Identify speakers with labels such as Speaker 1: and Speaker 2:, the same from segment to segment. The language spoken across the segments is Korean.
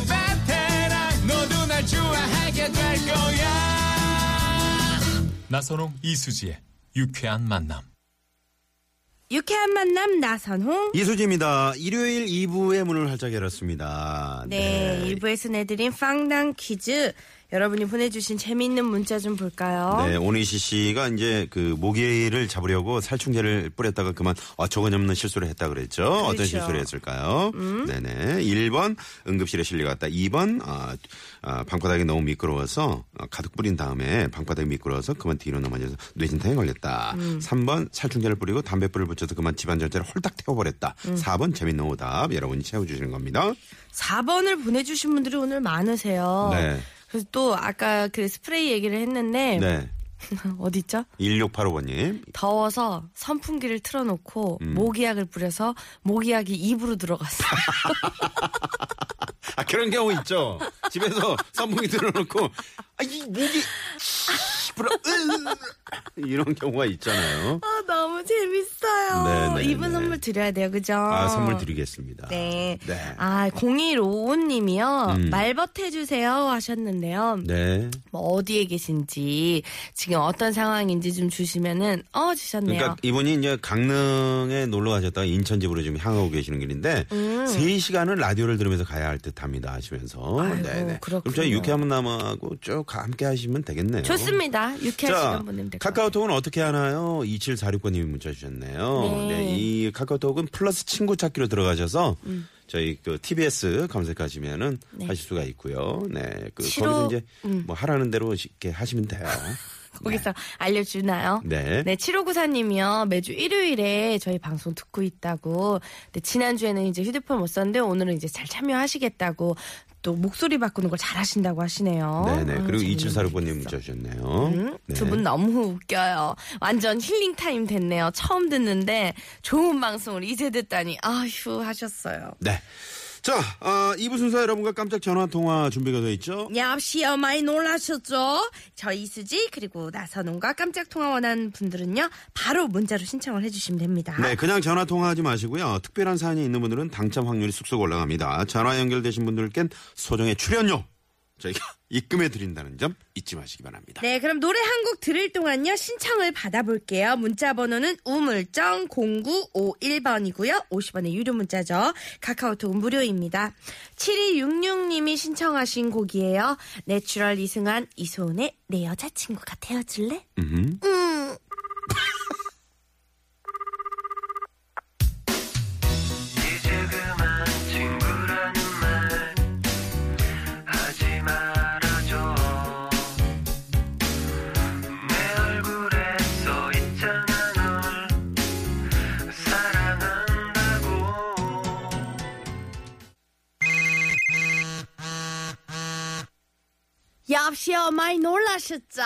Speaker 1: 베테랑 너도 날 좋아하게 될 거야. 나선홍 이수지의 유쾌한 만남.
Speaker 2: 유쾌한 만남 나선홍.
Speaker 3: 이수지입니다. 일요일 2부의 문을 활짝 열었습니다.
Speaker 2: 네, 일부에서 내드린 빵당 퀴즈. 여러분이 보내주신 재미있는 문자 좀 볼까요?
Speaker 3: 네, 오니시 씨가 이제 그 모기를 잡으려고 살충제를 뿌렸다가 그만 어처구니없는 실수를 했다 그랬죠. 음. 어떤 실수를 했을까요? 네네. 1번 응급실에 실려갔다. 2번 아, 아, 방바닥이 너무 미끄러워서 아, 가득 뿌린 다음에 방바닥이 미끄러워서 그만 뒤로 넘어져서 뇌진탕에 걸렸다. 3번 살충제를 뿌리고 담뱃불을 붙여서 그만 집안 전체를 홀딱 태워버렸다. 4번 재밌는 오답 여러분이 채워주시는 겁니다.
Speaker 2: 4번을 보내주신 분들이 오늘 많으세요.
Speaker 3: 네.
Speaker 2: 그래서 또 아까 그 스프레이 얘기를 했는데
Speaker 3: 네.
Speaker 2: 어딨죠?
Speaker 3: 1685번님.
Speaker 2: 더워서 선풍기를 틀어놓고
Speaker 3: 음.
Speaker 2: 모기약을 뿌려서 모기약이 입으로 들어갔어요.
Speaker 3: 아 그런 경우 있죠. 집에서 선풍기 틀어놓고 아이 목이 불어 이런 경우가 있잖아요.
Speaker 2: 아, 너무 재밌어요.
Speaker 3: 네, 네,
Speaker 2: 이분
Speaker 3: 네.
Speaker 2: 선물 드려야 돼요, 그죠?
Speaker 3: 아 선물 드리겠습니다.
Speaker 2: 네.
Speaker 3: 네. 음.
Speaker 2: 아, 0155님이요. 말벗 해주세요 하셨는데요.
Speaker 3: 네.
Speaker 2: 뭐 어디에 계신지, 지금 어떤 상황인지 좀 주시면은, 어, 주셨네요.
Speaker 3: 그러니까 이분이 이제 강릉에 놀러 가셨다가 인천 집으로 지금 향하고 계시는 길인데 세시간을 라디오를 들으면서 가야 할 듯합니다 하시면서
Speaker 2: 음.
Speaker 3: 네,
Speaker 2: 아이고,
Speaker 3: 그럼
Speaker 2: 그렇군요.
Speaker 3: 저희 유쾌한 남하고 쭉 함께 하시면 되겠네요.
Speaker 2: 좋습니다. 유쾌한 시간 보내면 될것 같아요.
Speaker 3: 그 카카오톡은 어떻게 하나요? 2746번님이 문자 주셨네요.
Speaker 2: 네.
Speaker 3: 이 카카오톡은 플러스 친구 찾기로 들어가셔서
Speaker 2: 음.
Speaker 3: 저희 그 TBS 검색하시면은 하실 수가 있고요. 네, 그
Speaker 2: 네. 싫어. 음.
Speaker 3: 거기서 이제 뭐 하라는 대로 이렇게 하시면 돼요.
Speaker 2: 거기서 알려주나요?
Speaker 3: 네.
Speaker 2: 네, 7594님이요. 매주 일요일에 저희 방송 듣고 있다고. 근데 지난주에는 이제 휴대폰 못 썼는데 오늘은 이제 잘 참여하시겠다고 또 목소리 바꾸는 걸 잘 하시는다고 하시네요.
Speaker 3: 네, 네.
Speaker 2: 아,
Speaker 3: 그리고
Speaker 2: 재밌는
Speaker 3: 2746번님
Speaker 2: 분이겠어. 음.
Speaker 3: 문자 주셨네요. 네.
Speaker 2: 두 분 너무 웃겨요. 완전 힐링 타임 됐네요. 처음 듣는데 좋은 방송을 이제 듣다니 아휴 하셨어요.
Speaker 3: 네. 자, 아, 2부 순서 여러분과 깜짝 전화 통화 준비가 돼 있죠?
Speaker 2: 역시요 많이 놀라셨죠? 저 이수지 그리고 나선홍과 깜짝 통화 원하는 분들은요 바로 문자로 신청을 해주시면 됩니다.
Speaker 3: 네, 그냥 전화 통화하지 마시고요. 특별한 사연이 있는 분들은 당첨 확률이 쑥쑥 올라갑니다. 전화 연결되신 분들께는 소정의 출연료 저희가 입금해 드린다는 점 잊지 마시기 바랍니다.
Speaker 2: 네, 그럼 노래 한 곡 들을 동안요, 신청을 받아볼게요. 문자 번호는 우물정 0951번이고요. 50원의 유료 문자죠. 카카오톡 무료입니다. 7266님이 신청하신 곡이에요. 내추럴 이승환, 이소은의 내 여자친구가 되어줄래?
Speaker 3: 음흠.
Speaker 2: 음.
Speaker 4: 이제 그만 친구라는 말 하지 말아줘 내 얼굴에 써있잖아 널 사랑한다고
Speaker 2: 역시요, 많이 놀라셨죠?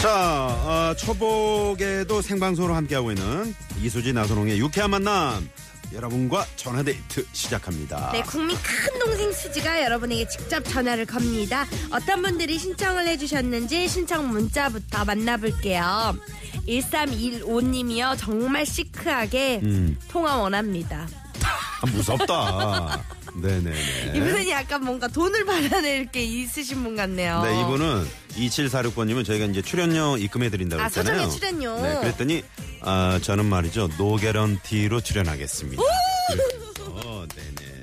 Speaker 3: 자, 어, 초복에도 생방송으로 함께하고 있는 이수지 나선홍의 유쾌한 만남 여러분과 전화데이트 시작합니다.
Speaker 2: 네, 국민 큰 동생 수지가 여러분에게 직접 전화를 겁니다. 어떤 분들이 신청을 해주셨는지 신청 문자부터 만나볼게요. 1315님이요. 정말 시크하게
Speaker 3: 음.
Speaker 2: 통화 원합니다.
Speaker 3: 아, 무섭다. 네네네.
Speaker 2: 이분은 약간 뭔가 돈을 받아낼 게 있으신 분 같네요.
Speaker 3: 네, 이분은 2746번님은 저희가 이제 출연료 입금해 드린다고
Speaker 2: 아,
Speaker 3: 했잖아요.
Speaker 2: 소정의 출연료.
Speaker 3: 네, 그랬더니 아, 저는 말이죠. 노게런티로 출연하겠습니다. 그래서, 네네.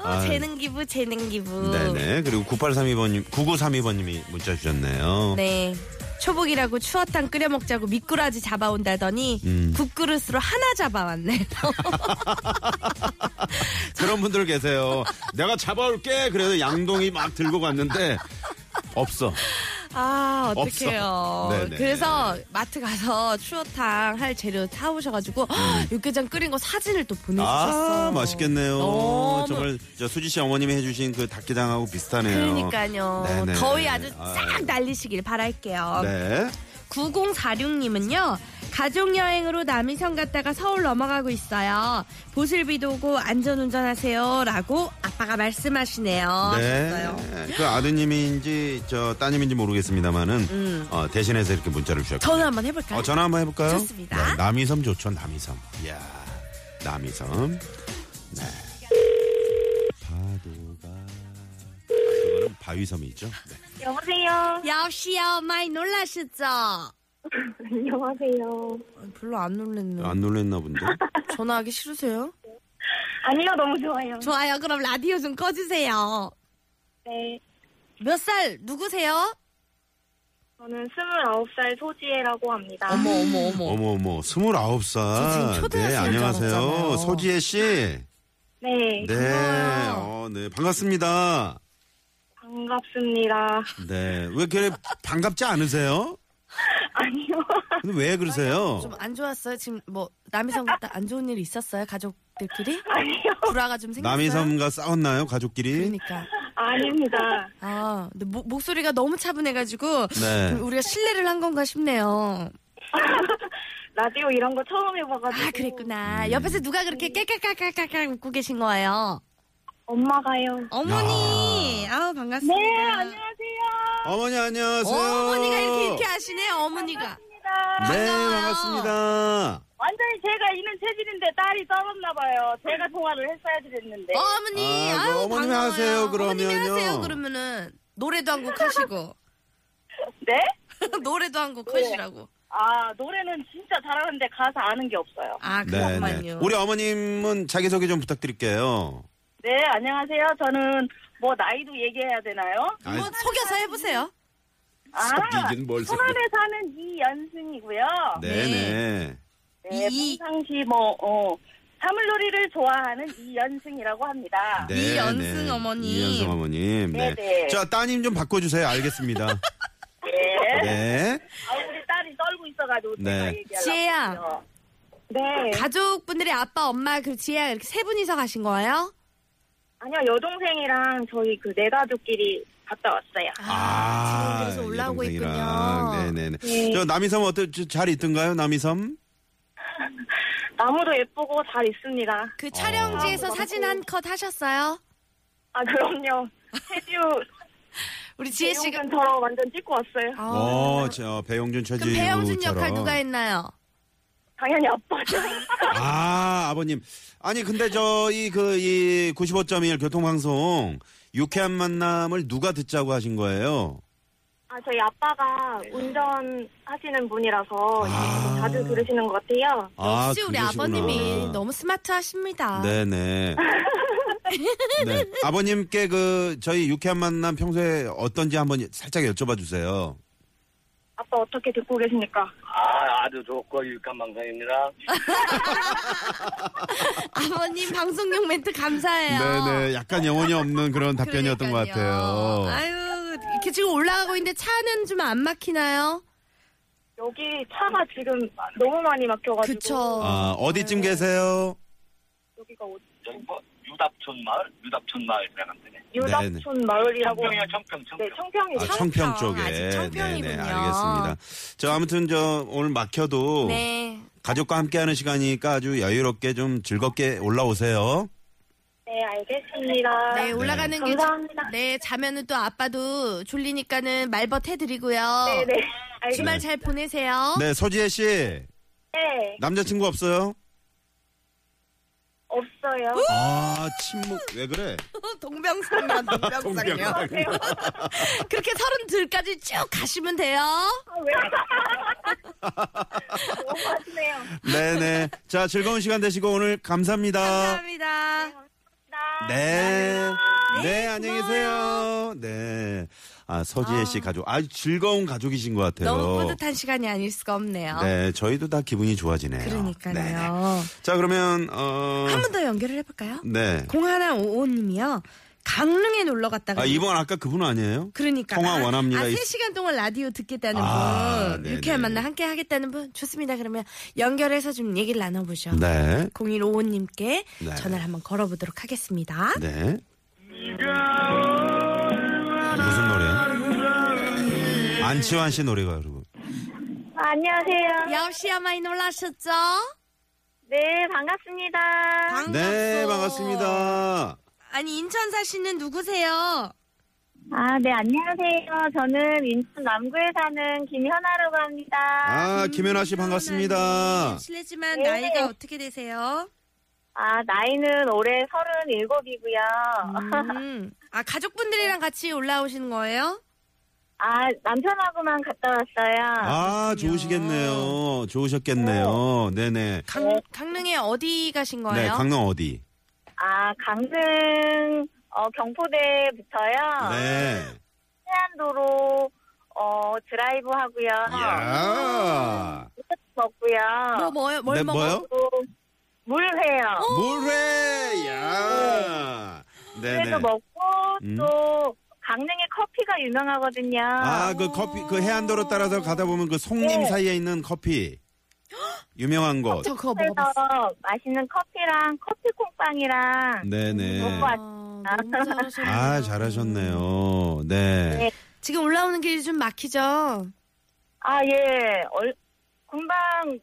Speaker 2: 어, 재능 기부, 재능 기부.
Speaker 3: 네네. 그리고 9832번님, 9932번님이 문자 주셨네요.
Speaker 2: 네. 초복이라고 추어탕 끓여 먹자고 미꾸라지 잡아온다더니
Speaker 3: 음.
Speaker 2: 국그릇으로 하나 잡아왔네.
Speaker 3: 그런 분들 계세요. 내가 잡아올게. 그래서 양동이 막 들고 갔는데 없어.
Speaker 2: 아,
Speaker 3: 없어.
Speaker 2: 어떡해요.
Speaker 3: 네네.
Speaker 2: 그래서 마트 가서 추어탕 할 재료 사오셔가지고 육개장 끓인 거 사진을 또 보내주셨어요.
Speaker 3: 음.
Speaker 2: 어,
Speaker 3: 아, 맛있겠네요.
Speaker 2: 너무-
Speaker 3: 정말 저 수지 씨 어머님이 해주신 그 닭게장하고 비슷하네요.
Speaker 2: 그러니까요.
Speaker 3: 네네.
Speaker 2: 더위 아주 쫙
Speaker 3: 아유.
Speaker 2: 날리시길 바랄게요.
Speaker 3: 네.
Speaker 5: 9046님은요. 가족여행으로 남이섬 갔다가 서울 넘어가고 있어요. 보슬비도 오고 안전운전하세요. 라고 아빠가
Speaker 2: 아,
Speaker 5: 말씀하시네요. 하셨어요.
Speaker 3: 네. 그 아드님인지 저 따님인지 모르겠습니다만은
Speaker 2: 음.
Speaker 3: 어, 대신해서 이렇게 문자를 주셨고.
Speaker 5: 전화 한번 해볼까요?
Speaker 3: 어, 전화 한번 해볼까요?
Speaker 5: 좋습니다.
Speaker 3: 네, 남이섬 좋죠, 남이섬. 이야, 남이섬. 네. 파도가. 그거는 바위섬이 있죠? 네.
Speaker 6: 여보세요.
Speaker 5: 여시요 많이 놀라셨죠?
Speaker 6: 안녕하세요.
Speaker 2: 별로 안 놀랬네.
Speaker 3: 안 놀랬나 본데?
Speaker 2: 전화하기 싫으세요?
Speaker 6: 아니요, 너무 좋아요.
Speaker 5: 좋아요. 그럼 라디오 좀 꺼주세요.
Speaker 6: 네.
Speaker 5: 몇 살 누구세요?
Speaker 6: 저는 29살 소지혜라고 합니다.
Speaker 2: 아. 어머, 어머, 어머.
Speaker 3: 어머, 어머, 스물아홉
Speaker 2: 저
Speaker 3: 살.
Speaker 2: 지금 초등학생인
Speaker 3: 네,
Speaker 2: 줄
Speaker 3: 안녕하세요.
Speaker 2: 알았잖아요.
Speaker 3: 소지혜 씨.
Speaker 6: 네.
Speaker 3: 네, 어, 네, 반갑습니다.
Speaker 6: 반갑습니다.
Speaker 3: 네, 왜 그래, 반갑지 않으세요?
Speaker 6: 아니요.
Speaker 3: 근데 왜 그러세요?
Speaker 2: 좀 안 좋았어요? 지금 뭐 남이섬 갔다 안 좋은 일 있었어요? 가족들끼리?
Speaker 6: 아니요.
Speaker 2: 불화가 좀 생겼어요?
Speaker 3: 남이섬과 싸웠나요, 가족끼리?
Speaker 2: 그러니까.
Speaker 6: 아닙니다.
Speaker 2: 아, 근데 목, 목소리가 너무 차분해가지고
Speaker 3: 네.
Speaker 2: 좀 우리가 신뢰를 한 건가 싶네요.
Speaker 6: 라디오 이런 거 처음 해봐가지고.
Speaker 2: 아, 그랬구나. 옆에서 누가 그렇게 깨깨깨깨깨 웃고 계신 거예요?
Speaker 6: 엄마가요.
Speaker 2: 어머니, 아우 반갑습니다.
Speaker 6: 네, 안녕하세요.
Speaker 3: 어머니, 안녕하세요.
Speaker 2: 어머니가 이렇게 이렇게 하시네요. 어머니가.
Speaker 3: 네,
Speaker 2: 반가워요. 아,
Speaker 3: 반갑습니다.
Speaker 6: 완전히 제가 있는 체질인데 딸이 떨었나봐요. 제가 통화를 음. 했어야 되는데.
Speaker 2: 어머니,
Speaker 3: 아,
Speaker 2: 아,
Speaker 3: 그
Speaker 2: 유
Speaker 3: 어머님이
Speaker 2: 반가워요.
Speaker 3: 하세요,
Speaker 2: 어머님이
Speaker 3: 그러면요.
Speaker 2: 하세요 그러면은 노래도 한 곡 하시고
Speaker 6: 네?
Speaker 2: 노래도 한 곡 하시라고.
Speaker 6: 아, 노래는 진짜 잘하는데 가사 아는 게 없어요.
Speaker 2: 아,
Speaker 3: 네,
Speaker 2: 그렇군요.
Speaker 3: 네. 우리 어머님은 자기소개 좀 부탁드릴게요.
Speaker 6: 네, 안녕하세요. 저는 뭐 나이도 얘기해야 되나요?
Speaker 3: 아,
Speaker 2: 뭐 속여서 해보세요.
Speaker 6: 아,
Speaker 3: 속이긴 뭘 속여.
Speaker 6: 천안에 사는 이연승이고요.
Speaker 3: 네, 네.
Speaker 6: 네,
Speaker 2: 이-
Speaker 6: 평상시 뭐, 어, 사물놀이를 좋아하는 이연승이라고 합니다.
Speaker 3: 네,
Speaker 2: 아, 이연승
Speaker 3: 네.
Speaker 2: 어머님.
Speaker 3: 이연승 어머님. 네.
Speaker 6: 네, 네.
Speaker 3: 자, 따님 좀 바꿔주세요. 알겠습니다.
Speaker 6: 네.
Speaker 3: 네.
Speaker 6: 아, 우리 딸이 떨고 있어가지고
Speaker 3: 네.
Speaker 6: 제가 얘기하려고
Speaker 2: 지혜야.
Speaker 6: 했어요. 네.
Speaker 2: 가족분들이 아빠, 엄마, 그 지혜야 이렇게 세 분이서 가신 거예요?
Speaker 6: 아니요, 여동생이랑 저희 그 네 가족끼리 갔다 왔어요.
Speaker 2: 아,
Speaker 3: 아.
Speaker 2: 지금 그래서 올라오고
Speaker 3: 여동생이랑.
Speaker 2: 있군요.
Speaker 3: 네네네.
Speaker 6: 네.
Speaker 3: 저 남이섬 어때? 저잘 있던가요, 남이섬?
Speaker 6: 나무도 예쁘고 잘 있습니다.
Speaker 2: 그 촬영지에서 사진 한 컷 하셨어요?
Speaker 6: 아, 그럼요. 체듀
Speaker 2: 우리 지혜 씨가.
Speaker 6: 지혜씨처럼 완전 찍고 왔어요.
Speaker 2: 아,
Speaker 3: 어, 저 배용준
Speaker 2: 그럼
Speaker 3: 최지우.
Speaker 2: 배영준 역할 누가 했나요?
Speaker 6: 당연히 아빠죠.
Speaker 3: 아, 아버님. 아니, 근데 저희 그, 이 95.1 교통방송 유쾌한 만남을 누가 듣자고 하신 거예요?
Speaker 6: 아, 저희 아빠가
Speaker 4: 네.
Speaker 6: 운전하시는 분이라서
Speaker 3: 아.
Speaker 6: 자주 들으시는 것 같아요.
Speaker 3: 아,
Speaker 2: 역시 우리
Speaker 3: 그러시구나.
Speaker 2: 아버님이 너무 스마트하십니다.
Speaker 3: 네네. 네. 아버님께 그, 저희 유쾌한 만남 평소에 어떤지 한번 살짝 여쭤봐 주세요.
Speaker 6: 아빠 어떻게 듣고 계십니까?
Speaker 4: 아, 아주 좋고 유익한 방송입니다.
Speaker 2: 아버님 방송용 멘트 감사해요.
Speaker 3: 네네. 약간 영혼이 없는 그런 답변이었던 것
Speaker 2: 아. 그러니까요.
Speaker 3: 같아요.
Speaker 2: 아유, 이렇게 지금 올라가고 있는데 차는 좀 안 막히나요?
Speaker 6: 여기 차가 지금 너무 많이 막혀가지고
Speaker 2: 그쵸.
Speaker 3: 아, 어디쯤 계세요?
Speaker 6: 여기가 어-
Speaker 4: 저기 뭐 유답촌 마을, 유답촌 마을이라는 데네.
Speaker 6: 유답촌 마을이라고
Speaker 4: 청평이야 청평
Speaker 6: 네,
Speaker 4: 청평.
Speaker 6: 청평이
Speaker 3: 아,
Speaker 6: 죠
Speaker 2: 청평.
Speaker 3: 청평 쪽에.
Speaker 2: 아직 청평이군요.
Speaker 3: 네네, 알겠습니다. 저 아무튼 저 오늘 막혀도
Speaker 2: 네.
Speaker 3: 가족과 함께하는 시간이니까 아주 여유롭게 좀 즐겁게 올라오세요.
Speaker 6: 네, 알겠습니다.
Speaker 2: 네, 올라가는 길.
Speaker 6: 감사합니다.
Speaker 2: 네, 자면은 또 아빠도 졸리니까는 말벗 해드리고요.
Speaker 6: 네, 네.
Speaker 4: 아,
Speaker 6: 알겠습니다.
Speaker 2: 주말 잘 보내세요.
Speaker 3: 네, 서지혜 씨
Speaker 6: 네,
Speaker 3: 남자친구 없어요?
Speaker 6: 없어요.
Speaker 3: 아 침묵 왜 그래?
Speaker 2: 동병상련,
Speaker 4: 아,
Speaker 2: 동병상련.
Speaker 6: 아,
Speaker 2: 그렇게 서른 둘까지 쭉 가시면 돼요.
Speaker 6: 아, 왜? 너무 아쉽네요.
Speaker 3: 네네. 자 즐거운 시간 되시고 오늘 감사합니다.
Speaker 2: 감사합니다.
Speaker 3: 네. 네, 안녕히 계세요. 네. 아, 서지혜 씨 가족. 아주 즐거운 가족이신 것 같아요.
Speaker 2: 너무 뿌듯한 시간이 아닐 수가 없네요.
Speaker 3: 네, 저희도 다 기분이 좋아지네요.
Speaker 2: 그러니까요.
Speaker 3: 네. 자, 그러면, 어.
Speaker 2: 한 번 더 연결을 해볼까요?
Speaker 3: 네.
Speaker 5: 0155님이요.
Speaker 2: 강릉에 놀러 갔다가
Speaker 3: 아, 이번 아까 그분 아니에요?
Speaker 2: 그러니까
Speaker 3: 통화 원합니다.
Speaker 2: 아,
Speaker 3: 이-
Speaker 2: 3시간 동안 라디오 듣겠다는
Speaker 3: 아,
Speaker 2: 분
Speaker 3: 네네.
Speaker 2: 이렇게 만나 함께 하겠다는 분 좋습니다. 그러면 연결해서 좀 얘기를 나눠보죠.
Speaker 3: 네.
Speaker 2: 0155님께
Speaker 3: 네.
Speaker 2: 전화를 한번 걸어보도록 하겠습니다.
Speaker 3: 네. 무슨 노래요? 안치환 씨 노래가 여러분.
Speaker 6: 아, 안녕하세요.
Speaker 7: 역시 아마 이 놀라셨죠?
Speaker 6: 네, 반갑습니다.
Speaker 3: 네, 반갑습니다.
Speaker 2: 아니 인천 사시는 누구세요?
Speaker 6: 아, 네, 안녕하세요. 저는 인천 남구에 사는 김현아라고 합니다.
Speaker 3: 아, 김연아 씨 반갑습니다.
Speaker 2: 음, 실례지만
Speaker 6: 네.
Speaker 2: 나이가 어떻게 되세요?
Speaker 6: 아, 나이는 올해 37이고요.
Speaker 2: 음.
Speaker 7: 아 가족분들이랑 같이 올라오시는 거예요?
Speaker 6: 아, 남편하고만 갔다 왔어요.
Speaker 3: 아, 좋으시겠네요. 좋으셨겠네요. 네네.
Speaker 7: 강, 강릉에 어디 가신 거예요?
Speaker 3: 네, 강릉 어디?
Speaker 6: 아, 강릉, 어, 경포대부터요.
Speaker 3: 네.
Speaker 6: 해안도로, 어, 드라이브 하고요.
Speaker 3: 야.
Speaker 7: 뭐,
Speaker 6: 먹고요.
Speaker 7: 뭐요? 뭘
Speaker 3: 네,
Speaker 7: 먹어?
Speaker 3: 뭐요?
Speaker 6: 또 물회요.
Speaker 3: 어. 물회. 야. 네네.
Speaker 6: 물회도 먹고,
Speaker 3: 음.
Speaker 6: 또, 강릉에 커피가 유명하거든요.
Speaker 3: 아, 그 커피 그 해안도로 따라서 가다 보면 그 송림
Speaker 6: 네.
Speaker 3: 사이에 있는 커피 유명한 곳.
Speaker 7: 저 그거 먹어봤어요.
Speaker 6: 그래서 맛있는 커피랑 커피콩빵이랑
Speaker 3: 네네.
Speaker 6: 먹고 왔-
Speaker 7: 아, 너무 잘하셨네요.
Speaker 3: 아, 잘하셨네요. 네.
Speaker 6: 네.
Speaker 7: 지금 올라오는 길이 좀 막히죠?
Speaker 6: 아, 예. 얼, 금방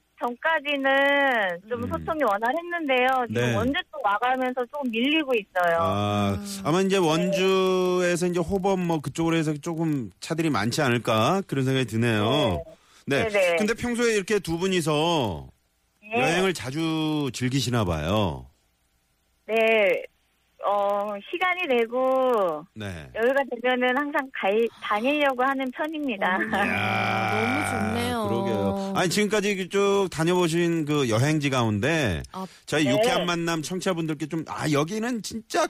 Speaker 6: 전까지는 좀
Speaker 3: 음.
Speaker 6: 소통이 원활했는데요. 지금
Speaker 3: 네.
Speaker 6: 언제 또 와가면서 조금 밀리고 있어요.
Speaker 3: 아, 아마 이제 원주에서 이제 호법 뭐 그쪽으로 해서 조금 차들이 많지 않을까 그런 생각이 드네요. 네.
Speaker 6: 네네.
Speaker 3: 근데 평소에 이렇게 두 분이서
Speaker 6: 예.
Speaker 3: 여행을 자주 즐기시나 봐요.
Speaker 6: 네. 어, 시간이 되고
Speaker 3: 네.
Speaker 6: 여유가 되면은 항상 가, 다니려고 하는 편입니다.
Speaker 3: 음, 예. 이야,
Speaker 7: 아, 너무 좋네요.
Speaker 3: 그러게요. 아니 지금까지 쭉 다녀보신 그 여행지 가운데
Speaker 7: 아,
Speaker 3: 저희
Speaker 6: 네.
Speaker 3: 유쾌한 만남 청취자분들께 좀 아 여기는 진짜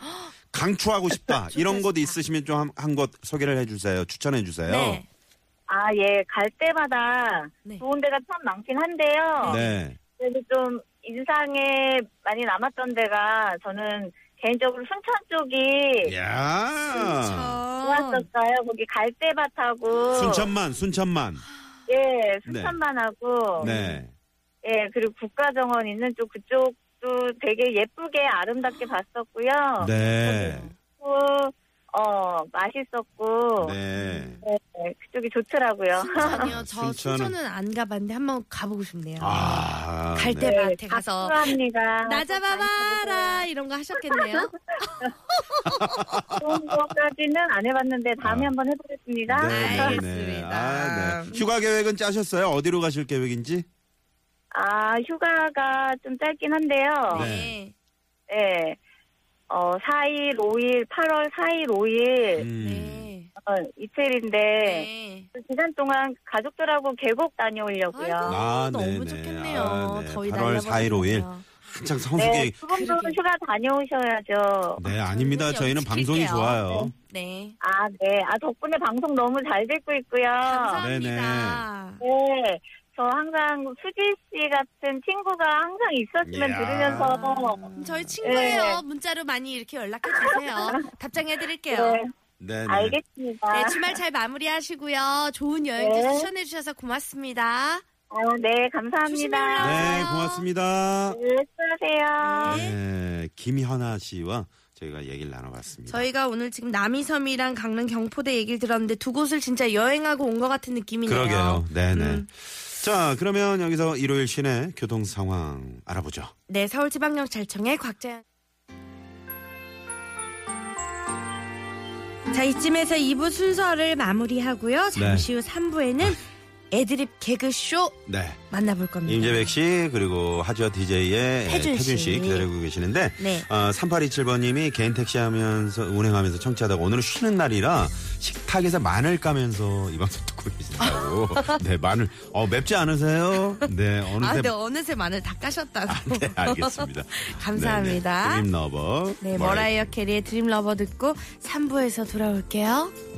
Speaker 3: 강추하고 싶다 이런 곳 있으시면 좀 한 곳 소개를 해주세요. 추천해 주세요.
Speaker 7: 네.
Speaker 6: 아, 예. 갈 때마다
Speaker 7: 네.
Speaker 6: 좋은 데가 참 많긴 한데요.
Speaker 3: 네.
Speaker 6: 그래도 좀 인상에 많이 남았던 데가 저는 개인적으로 순천 쪽이
Speaker 3: 야.
Speaker 6: 좋았었어요.
Speaker 7: 아.
Speaker 6: 거기 갈대밭하고
Speaker 3: 순천만, 순천만.
Speaker 6: 예, 순천만하고
Speaker 3: 네.
Speaker 6: 예, 그리고 국가정원 있는 쪽 그쪽도 되게 예쁘게 아름답게
Speaker 7: 어.
Speaker 6: 봤었고요.
Speaker 3: 네.
Speaker 6: 또, 어,
Speaker 7: 어.
Speaker 6: 맛있었고
Speaker 3: 네.
Speaker 6: 네, 그쪽이 좋더라고요.
Speaker 7: 순천이요. 저
Speaker 3: 순천은-
Speaker 7: 순천은 안 가봤는데 한번 가보고 싶네요.
Speaker 3: 아.
Speaker 7: 갈
Speaker 3: 네.
Speaker 7: 때 밭에 가서
Speaker 6: 박수합니다.
Speaker 7: 나 잡아봐라 이런 거 하셨겠네요.
Speaker 6: 좋은 거까지는 안 해봤는데 다음에
Speaker 3: 아.
Speaker 6: 한번 해보겠습니다.
Speaker 3: 네, 네. 아, 네. 휴가 계획은 짜셨어요? 어디로 가실 계획인지?
Speaker 6: 아, 휴가가 좀 짧긴 한데요.
Speaker 3: 네.
Speaker 7: 네.
Speaker 6: 예. 어, 4일, 5일, 8월 4일, 5일,
Speaker 3: 음.
Speaker 7: 네.
Speaker 6: 어, 이틀인데,
Speaker 7: 네.
Speaker 6: 그 기간 동안 가족들하고 계곡 다녀오려고요.
Speaker 7: 아이고,
Speaker 3: 아,
Speaker 7: 너무
Speaker 3: 네네.
Speaker 7: 좋겠네요.
Speaker 3: 아, 네.
Speaker 7: 더위
Speaker 3: 8월 4일, 5일.
Speaker 7: 날려버리면서.
Speaker 3: 한창
Speaker 6: 네,
Speaker 3: 성수기.
Speaker 6: 두분도 휴가 다녀오셔야죠.
Speaker 3: 네, 아닙니다. 저희는
Speaker 7: 지킬게요.
Speaker 3: 방송이 좋아요.
Speaker 7: 네.
Speaker 6: 아, 네. 아, 덕분에 방송 너무 잘 듣고 있고요.
Speaker 3: 아,
Speaker 7: 감사합니다.
Speaker 6: 네. 저 항상 수지 씨 같은 친구가 항상 있었으면
Speaker 3: 이야.
Speaker 6: 들으면서.
Speaker 7: 그럼 음, 저희 친구예요. 문자로 많이 이렇게 연락해 주세요. 답장해 드릴게요.
Speaker 6: 네,
Speaker 7: 네.
Speaker 3: 네, 네.
Speaker 6: 알겠습니다.
Speaker 7: 주말 잘 마무리하시고요. 좋은 여행지
Speaker 6: 네.
Speaker 7: 추천해 주셔서 고맙습니다.
Speaker 6: 아, 네, 감사합니다.
Speaker 3: 네,
Speaker 7: 올라오세요.
Speaker 3: 고맙습니다.
Speaker 6: 네, 수고하세요.
Speaker 3: 네, 김현아 씨와 저희가 얘기를 나눠봤습니다.
Speaker 2: 저희가 오늘 지금 남이섬이랑 강릉 경포대 얘기를 들었는데 두 곳을 진짜 여행하고 온 것 같은 느낌이네요.
Speaker 3: 그러게요. 네네. 자, 그러면 여기서 일요일 시내 교통 상황 알아보죠.
Speaker 2: 네, 서울지방경찰청의 곽재현. 자, 이쯤에서 2부 순서를 마무리하고요. 잠시 후 3부에는 애드립 개그쇼
Speaker 3: 네.
Speaker 2: 만나볼 겁니다.
Speaker 3: 임재백 씨, 그리고 하지와 DJ의 예,
Speaker 2: 태준
Speaker 3: 태준 씨
Speaker 2: 씨.
Speaker 3: 기다리고 계시는데,
Speaker 2: 네.
Speaker 3: 어, 3827번님이 개인 택시 하면서, 운행하면서 청취하다가 오늘은 쉬는 날이라 식탁에서 마늘 까면서 이 방송 듣고 계신다고. 네, 마늘. 어, 맵지 않으세요? 네,
Speaker 2: 아,
Speaker 3: 어느새.
Speaker 2: 근데 어느새 마늘 다 까셨다고.
Speaker 3: 네, 알겠습니다. 네.
Speaker 2: 감사합니다.
Speaker 3: 드림 러버.
Speaker 2: 네, 머라이어 캐리의 드림러버 듣고 3부에서 돌아올게요. Oh,